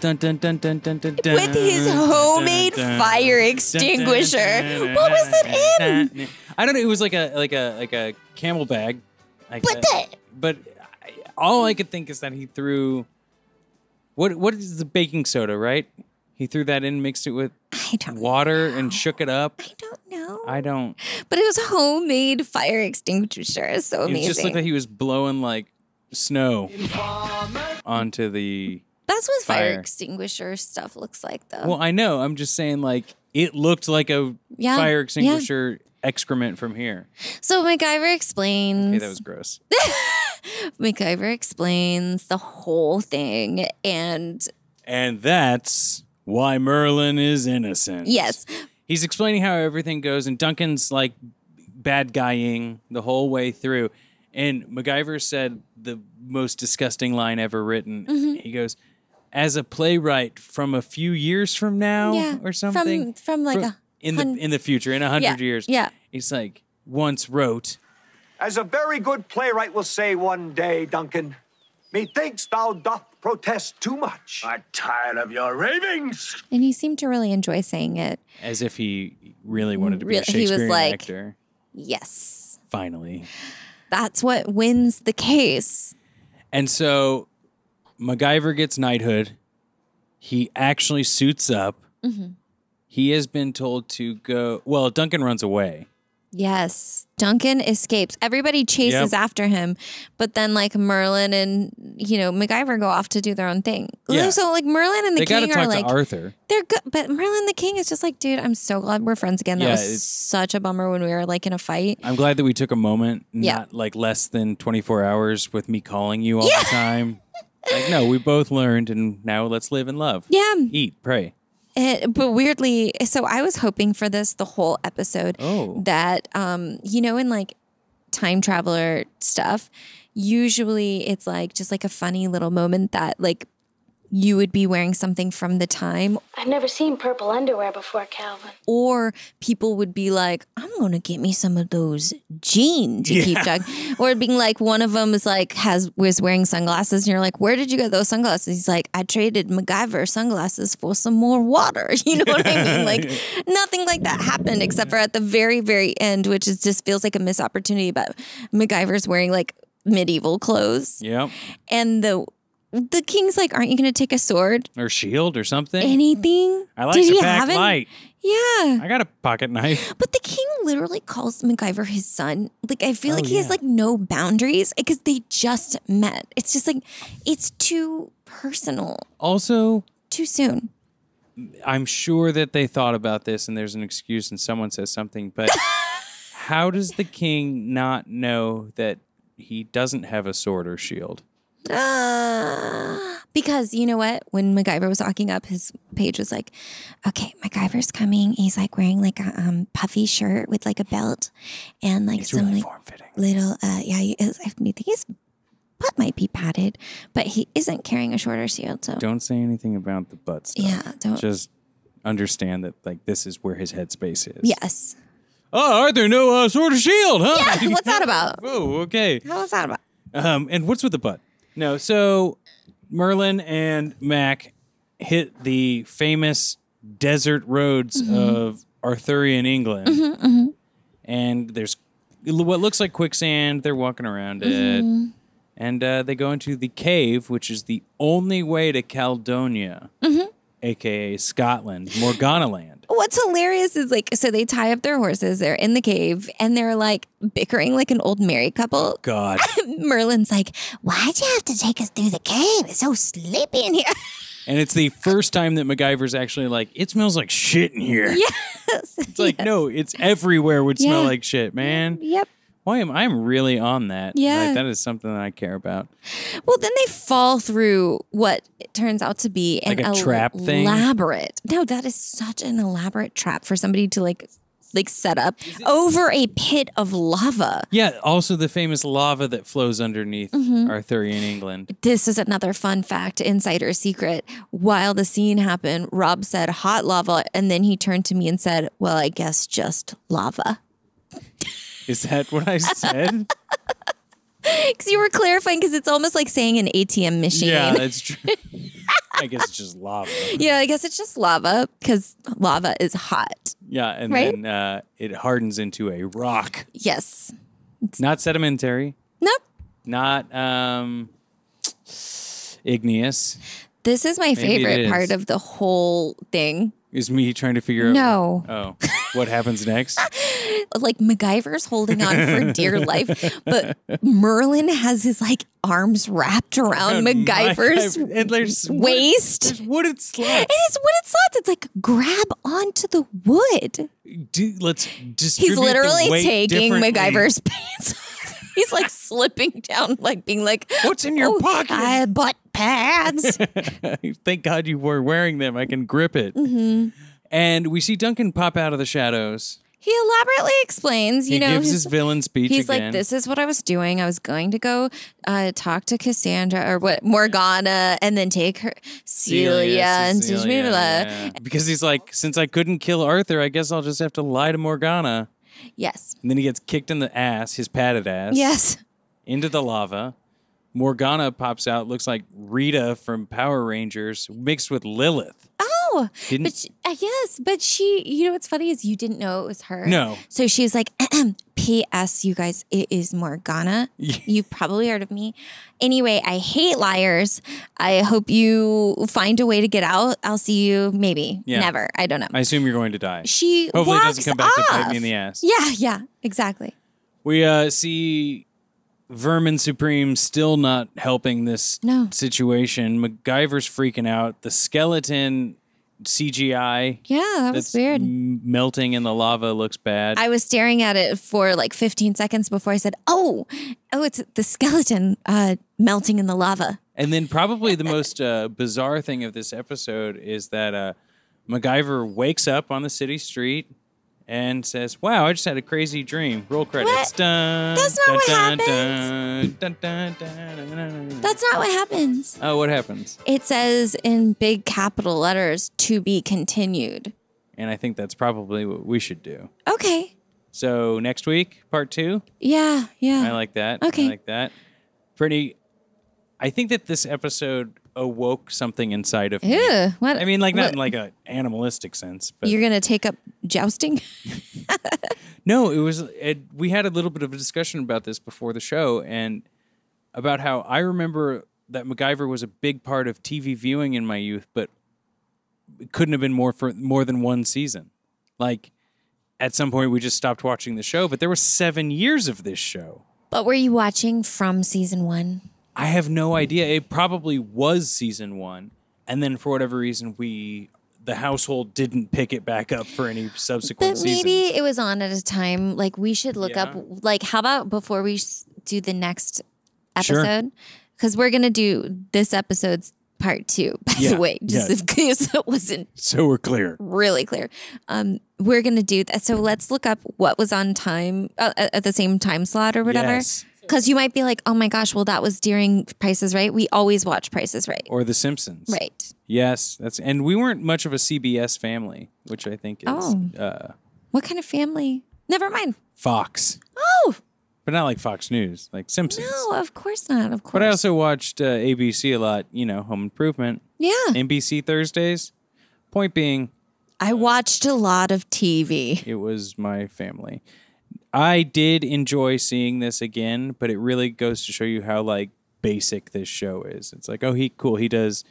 Speaker 3: Dun, dun, dun, dun, dun, dun, dun,
Speaker 2: with his
Speaker 3: dun,
Speaker 2: homemade
Speaker 3: dun, dun,
Speaker 2: fire
Speaker 3: dun,
Speaker 2: extinguisher.
Speaker 3: dun, dun,
Speaker 2: What was it
Speaker 3: dun,
Speaker 2: in?
Speaker 3: dun, dun. I don't know. It was like a like a like a camel bag. Like
Speaker 2: But
Speaker 3: a-
Speaker 2: that-
Speaker 3: But I, all I could think is that he threw. What what is the baking soda? Right. He threw that in, mixed it with
Speaker 2: I don't.
Speaker 3: water, and shook it up.
Speaker 2: I don't know.
Speaker 3: I don't.
Speaker 2: But it was homemade fire extinguisher. So
Speaker 3: It
Speaker 2: amazing.
Speaker 3: just looked like he was blowing like snow onto the.
Speaker 2: That's what fire.
Speaker 3: Fire.
Speaker 2: extinguisher stuff looks like, though.
Speaker 3: Well, I know. I'm just saying, like it looked like a
Speaker 2: Yeah, yeah.
Speaker 3: fire extinguisher excrement from here.
Speaker 2: so MacGyver
Speaker 3: Hey,
Speaker 2: explains.
Speaker 3: that was gross.
Speaker 2: MacGyver explains the whole thing, and
Speaker 3: and that's why Merlin is innocent.
Speaker 2: yes,
Speaker 3: He's explaining how everything goes, and Duncan's like bad guying the whole way through. And MacGyver said the most disgusting line ever written.
Speaker 2: Mm-hmm.
Speaker 3: He goes, "As a playwright from a few years from now,
Speaker 2: yeah,
Speaker 3: or something,
Speaker 2: from from like a
Speaker 3: in the
Speaker 2: hun-
Speaker 3: in the future, in a hundred
Speaker 2: Yeah,
Speaker 3: years,
Speaker 2: yeah.
Speaker 3: He's like, once wrote,
Speaker 7: As a very good playwright will say one day, Duncan, methinks thou doth protest too much.
Speaker 8: I'm tired of your ravings.
Speaker 2: and he seemed to really enjoy saying it.
Speaker 3: as if he really wanted to be
Speaker 2: Really-
Speaker 3: a
Speaker 2: he was
Speaker 3: Shakespearean
Speaker 2: like-
Speaker 3: actor.
Speaker 2: Yes,
Speaker 3: Finally,
Speaker 2: that's what wins the case.
Speaker 3: And so MacGyver gets knighthood. He actually suits up.
Speaker 2: Mm-hmm.
Speaker 3: He has been told to go. Well, Duncan runs away.
Speaker 2: Yes, Duncan escapes. Everybody chases
Speaker 3: Yep.
Speaker 2: after him, but then like Merlin and you know MacGyver go off to do their own thing.
Speaker 3: Yeah.
Speaker 2: So like Merlin and the
Speaker 3: they got to
Speaker 2: king are
Speaker 3: talk
Speaker 2: like
Speaker 3: to Arthur.
Speaker 2: They're good, but Merlin the King is just like, dude, I'm so glad we're friends again. That
Speaker 3: Yeah,
Speaker 2: was
Speaker 3: it's-
Speaker 2: such a bummer when we were like in a fight.
Speaker 3: I'm glad that we took a moment,
Speaker 2: Yeah.
Speaker 3: not like less than 24 hours with me calling you all the
Speaker 2: [LAUGHS]
Speaker 3: time. Like, no, we both learned, and now let's live in love.
Speaker 2: Yeah.
Speaker 3: Eat, pray.
Speaker 2: It, but weirdly, so I was hoping for this the whole episode.
Speaker 3: Oh.
Speaker 2: That um, you know, in like time traveler stuff, usually it's like just like a funny little moment that like you would be wearing something from the time
Speaker 9: I've never seen purple underwear before, Calvin.
Speaker 2: or people would be like, I'm going to get me some of those jeans you keep talking. Or being like, one of them is like, has was wearing sunglasses. And you're like, where did you get those sunglasses? He's like, I traded MacGyver sunglasses for some more water. [LAUGHS] You know what I
Speaker 3: [LAUGHS]
Speaker 2: mean? Like, nothing like that happened except for at the very, very end, which is just feels like a missed opportunity. But MacGyver's wearing like medieval clothes.
Speaker 3: Yep.
Speaker 2: And the, the king's like, aren't you going to take a sword?
Speaker 3: Or shield or something.
Speaker 2: Anything?
Speaker 3: Mm-hmm. I like
Speaker 2: Did
Speaker 3: to
Speaker 2: he
Speaker 3: pack
Speaker 2: have it?
Speaker 3: light.
Speaker 2: Yeah.
Speaker 3: I got a pocket
Speaker 2: [GASPS]
Speaker 3: knife.
Speaker 2: But the king literally calls MacGyver his son. Like I feel
Speaker 3: Oh,
Speaker 2: like he has
Speaker 3: yeah.
Speaker 2: like no boundaries because they just met. It's just like it's too personal,
Speaker 3: Also,
Speaker 2: too soon.
Speaker 3: I'm sure that they thought about this and there's an [LAUGHS] excuse and someone says something, but how does the king not know that he doesn't have a sword or shield.
Speaker 2: Ah, because you know what? When MacGyver was walking up, his page was like, "Okay, MacGyver's coming. He's like wearing like a um, puffy shirt with like a belt and like
Speaker 3: It's
Speaker 2: some
Speaker 3: really
Speaker 2: like
Speaker 3: form fitting.
Speaker 2: little uh yeah. He is, I think his butt might be padded, but he isn't carrying a shorter shield. So
Speaker 3: Don't say anything about the butt stuff.
Speaker 2: yeah, don't.
Speaker 3: Just understand that like this is where his headspace is.
Speaker 2: yes.
Speaker 3: Oh, Arthur, no uh, sword or shield, huh?
Speaker 2: Yeah, what's that about?
Speaker 3: [LAUGHS] Oh, okay.
Speaker 2: How was that about?
Speaker 3: Um, and what's with the butt? No, so Merlin and Mac hit the famous desert roads of Arthurian England, and there's what looks like quicksand. They're walking around it, and uh, they go into the cave, which is the only way to Caledonia, aka Scotland, Morgana Land.
Speaker 2: What's hilarious is like, so they tie up their horses, they're in the cave, and they're like bickering like an old married couple. [LAUGHS]
Speaker 3: God,
Speaker 2: Merlin's like, Why'd you have to take us through the cave? It's so sleepy in here. [LAUGHS]
Speaker 3: and it's the first time that MacGyver's actually like, it smells like shit in here.
Speaker 2: yes.
Speaker 3: It's like, no, it's everywhere would smell
Speaker 2: Yeah.
Speaker 3: like shit, man.
Speaker 2: Yep.
Speaker 3: Why am I'm really on that?
Speaker 2: Yeah.
Speaker 3: Like, that is something that I care about.
Speaker 2: Well, then they fall through what it turns out to be an
Speaker 3: Like a trap thing?
Speaker 2: elaborate. No, that is such an elaborate trap for somebody to like like set up over a pit of lava.
Speaker 3: Yeah. Also, the famous lava that flows underneath
Speaker 2: Mm-hmm.
Speaker 3: Arthurian England.
Speaker 2: This is another fun fact, insider secret. While the scene happened, Rob said hot lava, and then he turned to me and said, Well, I guess just lava.
Speaker 3: Is that what I said?
Speaker 2: [LAUGHS] Because you were clarifying, because it's almost like saying an ATM machine.
Speaker 3: yeah, that's true. I guess it's just lava.
Speaker 2: [LAUGHS] Yeah, I guess it's just lava because lava is hot.
Speaker 3: Yeah, and
Speaker 2: Right?
Speaker 3: then uh, it hardens into a rock.
Speaker 2: Yes.
Speaker 3: Not sedimentary.
Speaker 2: Nope.
Speaker 3: Not um, igneous.
Speaker 2: This is my
Speaker 3: it
Speaker 2: favorite
Speaker 3: is.
Speaker 2: part of the whole thing.
Speaker 3: Is me trying to figure out?
Speaker 2: No.
Speaker 3: Oh, what happens next?
Speaker 2: Like MacGyver's holding
Speaker 3: [LAUGHS]
Speaker 2: on for dear life, but Merlin has his like arms wrapped
Speaker 3: [LAUGHS]
Speaker 2: around [LAUGHS] MacGyver's
Speaker 3: MacGyver- and there's wood-
Speaker 2: waist.
Speaker 3: There's wooden
Speaker 2: And
Speaker 3: slats.
Speaker 2: it's what it slots. It's like grab onto the wood.
Speaker 3: Do, let's distribute
Speaker 2: He's literally
Speaker 3: the weight
Speaker 2: taking
Speaker 3: differently.
Speaker 2: MacGyver's [LAUGHS] pants off. He's like slipping down, like being like,
Speaker 3: What's in your
Speaker 2: "Oh,
Speaker 3: pocket?"
Speaker 2: I bought pads.
Speaker 3: [LAUGHS] Thank God you were wearing them. I can grip it.
Speaker 2: Mm-hmm.
Speaker 3: And we see Duncan pop out of the shadows.
Speaker 2: he elaborately explains, you
Speaker 3: he
Speaker 2: know,
Speaker 3: gives
Speaker 2: he's-
Speaker 3: his villain speech
Speaker 2: He's
Speaker 3: again.
Speaker 2: like, this is what I was doing. I was going to go uh, talk to Cassandra or what Morgana, and then take her Celia, and teach me blah.
Speaker 3: yeah. Because he's like, since I couldn't kill Arthur, I guess I'll just have to lie to Morgana.
Speaker 2: Yes,
Speaker 3: And then he gets kicked in the ass, his padded ass,
Speaker 2: yes,
Speaker 3: into the lava. Morgana pops out, looks like Rita from Power Rangers mixed with Lilith.
Speaker 2: [LAUGHS] oh,
Speaker 3: Didn't-
Speaker 2: but she, uh, yes, but she. You know what's funny is you didn't know it was her.
Speaker 3: No.
Speaker 2: so she was like, [CLEARS THROAT] "P.S. You guys, it is Morgana. You've probably heard of me. Anyway, I hate liars. I hope you find a way to get out. I'll see you maybe,
Speaker 3: Yeah.
Speaker 2: never. I don't know."
Speaker 3: I assume you're going to die.
Speaker 2: she
Speaker 3: Hopefully it
Speaker 2: walks
Speaker 3: doesn't come back to bite
Speaker 2: off.
Speaker 3: me in the ass.
Speaker 2: Yeah, yeah, exactly.
Speaker 3: We uh, see Vermin Supreme still not helping this
Speaker 2: No.
Speaker 3: situation. MacGyver's freaking out. The skeleton CGI
Speaker 2: Yeah, that was
Speaker 3: that's
Speaker 2: weird.
Speaker 3: m- melting in the lava looks bad.
Speaker 2: I was staring at it for like 15 seconds before I said, "Oh, oh, it's the skeleton uh, melting in the lava."
Speaker 3: and then probably the most uh, bizarre thing of this episode is that uh, MacGyver wakes up on the city street and says, "Wow, I just had a crazy dream." Roll credits. Dun,
Speaker 2: That's not what
Speaker 3: dun,
Speaker 2: happens.
Speaker 3: dun, dun, dun, dun, dun, dun.
Speaker 2: That's not what happens.
Speaker 3: Oh, what happens?
Speaker 2: It says in big capital letters, "To be continued."
Speaker 3: And I think that's probably what we should do.
Speaker 2: Okay.
Speaker 3: So next week, part two.
Speaker 2: Yeah, yeah.
Speaker 3: I like that.
Speaker 2: Uh-huh. Okay.
Speaker 3: I like that. Brittany, I think that this episode awoke something inside of me.
Speaker 2: Ew, what?
Speaker 3: I mean, like not
Speaker 2: what-
Speaker 3: in like a animalistic sense, but
Speaker 2: You're gonna take up [LAUGHS] jousting?
Speaker 3: no, it was. It, we had a little bit of a discussion about this before the show, and about how I remember that MacGyver was a big part of TV viewing in my youth, but it couldn't have been more for more than one season. Like at some point, we just stopped watching the show, but there were seven years of this show.
Speaker 2: But were you watching from season one?
Speaker 3: I have no idea. It probably was season one, and then for whatever reason, we the household didn't pick it back up for any subsequent
Speaker 2: But
Speaker 3: seasons.
Speaker 2: maybe it was on at a time. Like we should look
Speaker 3: Yeah.
Speaker 2: up. Like how about before we s- do the next
Speaker 3: Sure.
Speaker 2: episode? Because we're gonna do this episode's part two. By
Speaker 3: Yeah,
Speaker 2: the way, just
Speaker 3: yeah.
Speaker 2: in case it wasn't
Speaker 3: so we're clear.
Speaker 2: really clear, um, we're gonna do that. So let's look up what was on time uh, at at the same time slot or whatever.
Speaker 3: Yes.
Speaker 2: Because you might be like, oh my gosh, well that was during Prices Right. We always watch Prices Right.
Speaker 3: Or The Simpsons.
Speaker 2: Right.
Speaker 3: Yes, that's and we weren't much of a CBS family, which I think is
Speaker 2: Oh.
Speaker 3: uh,
Speaker 2: What kind of family? Never mind.
Speaker 3: Fox,
Speaker 2: Oh
Speaker 3: but not like Fox News, like Simpsons.
Speaker 2: no, of course not. Of course.
Speaker 3: But I also watched uh, ABC a lot. You know, Home Improvement,
Speaker 2: yeah.
Speaker 3: NBC Thursdays. Point being,
Speaker 2: I watched a lot of TV.
Speaker 3: it was my family. I did enjoy seeing this again, but it really goes to show you how like basic this show is. It's like, oh, he cool. He does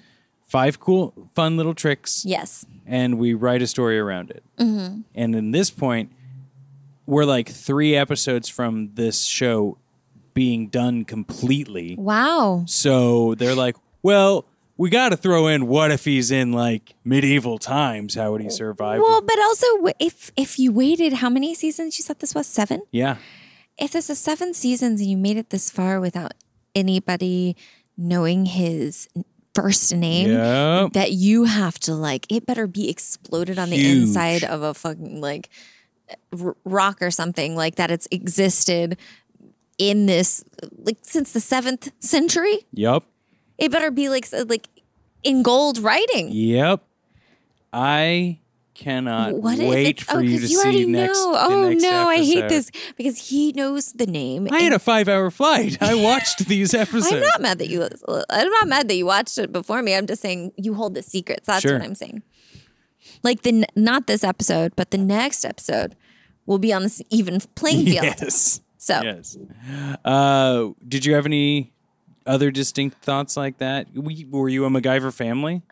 Speaker 3: five cool, fun little tricks.
Speaker 2: Yes.
Speaker 3: and we write a story around it.
Speaker 2: Mm-hmm.
Speaker 3: And in this point, we're like three episodes from this show being done completely.
Speaker 2: Wow.
Speaker 3: So they're like, well, we got to throw in what if he's in like medieval times? How would he survive?
Speaker 2: Well, but also w- if if you waited, how many seasons you said this was seven?
Speaker 3: yeah.
Speaker 2: If this is seven seasons and you made it this far without anybody knowing his first name,
Speaker 3: Yep.
Speaker 2: that you have to like it better be exploded on the
Speaker 3: Huge.
Speaker 2: inside of a fucking like r- rock or something like that. It's existed in this like since the seventh century.
Speaker 3: Yep.
Speaker 2: It better be like s- like in gold writing.
Speaker 3: Yep. I cannot
Speaker 2: What if
Speaker 3: wait
Speaker 2: it's-
Speaker 3: for
Speaker 2: oh,
Speaker 3: you
Speaker 2: 'cause
Speaker 3: to
Speaker 2: you
Speaker 3: see
Speaker 2: already
Speaker 3: next.
Speaker 2: know.
Speaker 3: the
Speaker 2: Oh
Speaker 3: next
Speaker 2: no, I hate
Speaker 3: episode.
Speaker 2: this because he knows the name.
Speaker 3: I had
Speaker 2: and
Speaker 3: a five-hour flight. I watched
Speaker 2: [LAUGHS]
Speaker 3: these episodes.
Speaker 2: I'm not mad that you. I'm not mad that you watched it before me. I'm just saying you hold the secrets. That's
Speaker 3: Sure.
Speaker 2: what I'm saying. Like the n- not this episode, but the next episode will be on this even [LAUGHS] playing field.
Speaker 3: Yes.
Speaker 2: So
Speaker 3: Yes. Uh, did you have any other distinct thoughts like that? We, were you a MacGyver family?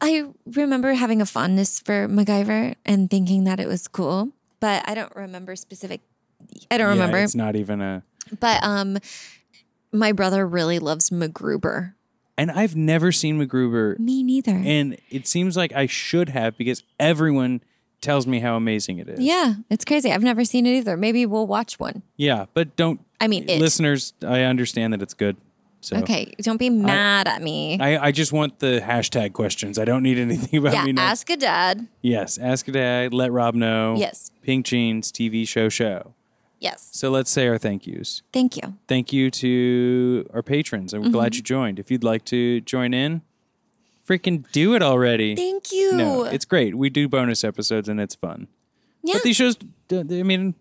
Speaker 2: I remember having a fondness for MacGyver and thinking that it was cool, but I don't remember specific. I don't remember.
Speaker 3: Yeah, it's not even a.
Speaker 2: But um, my brother really loves MacGruber.
Speaker 3: And I've never seen MacGruber,
Speaker 2: Me neither.
Speaker 3: and it seems like I should have because everyone tells me how amazing it is.
Speaker 2: Yeah, it's crazy. I've never seen it either. Maybe we'll watch one.
Speaker 3: Yeah, but don't.
Speaker 2: I mean, it.
Speaker 3: listeners, I understand that it's good. So
Speaker 2: Okay, don't be mad at me.
Speaker 3: I, I just want the hashtag questions. I don't need anything about
Speaker 2: yeah,
Speaker 3: me. next.
Speaker 2: ask a dad.
Speaker 3: yes, ask a dad. Let Rob know.
Speaker 2: Yes.
Speaker 3: Pink jeans TV show show.
Speaker 2: Yes,
Speaker 3: So let's say our thank yous.
Speaker 2: thank you.
Speaker 3: thank you to our patrons. I'm
Speaker 2: Mm-hmm.
Speaker 3: glad you joined. If you'd like to join in, freaking do it already.
Speaker 2: Thank you.
Speaker 3: No, it's great. We do bonus episodes and it's fun.
Speaker 2: yeah,
Speaker 3: But these shows, d- I mean,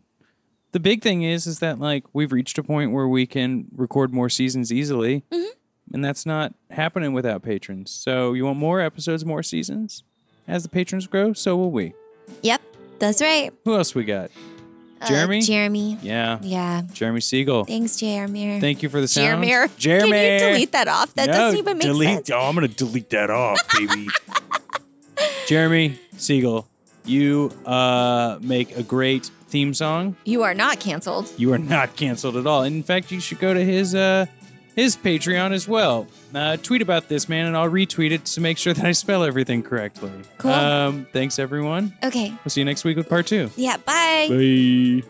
Speaker 3: the big thing is, is that like we've reached a point where we can record more seasons easily,
Speaker 2: Mm-hmm.
Speaker 3: and that's not happening without patrons. So you want more episodes, more seasons. As the patrons grow, so will we.
Speaker 2: yep, that's right.
Speaker 3: Who else we got?
Speaker 2: Uh,
Speaker 3: Jeremy?
Speaker 2: Jeremy.
Speaker 3: yeah.
Speaker 2: Yeah.
Speaker 3: Jeremy Siegel.
Speaker 2: Thanks, Jeremy.
Speaker 3: Thank you for the sound.
Speaker 2: Jeremy. [LAUGHS]
Speaker 3: Jeremy.
Speaker 2: Can you delete that off? That
Speaker 3: No,
Speaker 2: doesn't even make
Speaker 3: delete-
Speaker 2: sense.
Speaker 3: Oh, I'm gonna delete that off, baby. Jeremy Siegel, you uh, make a great theme song.
Speaker 2: You are not canceled.
Speaker 3: You are not canceled at all. In fact, you should go to his uh, his Patreon as well. Uh, tweet about this man, and I'll retweet it to make sure that I spell everything correctly.
Speaker 2: Cool.
Speaker 3: Um, thanks, everyone.
Speaker 2: Okay.
Speaker 3: We'll see you next week with part two.
Speaker 2: Yeah. Bye.
Speaker 3: Bye.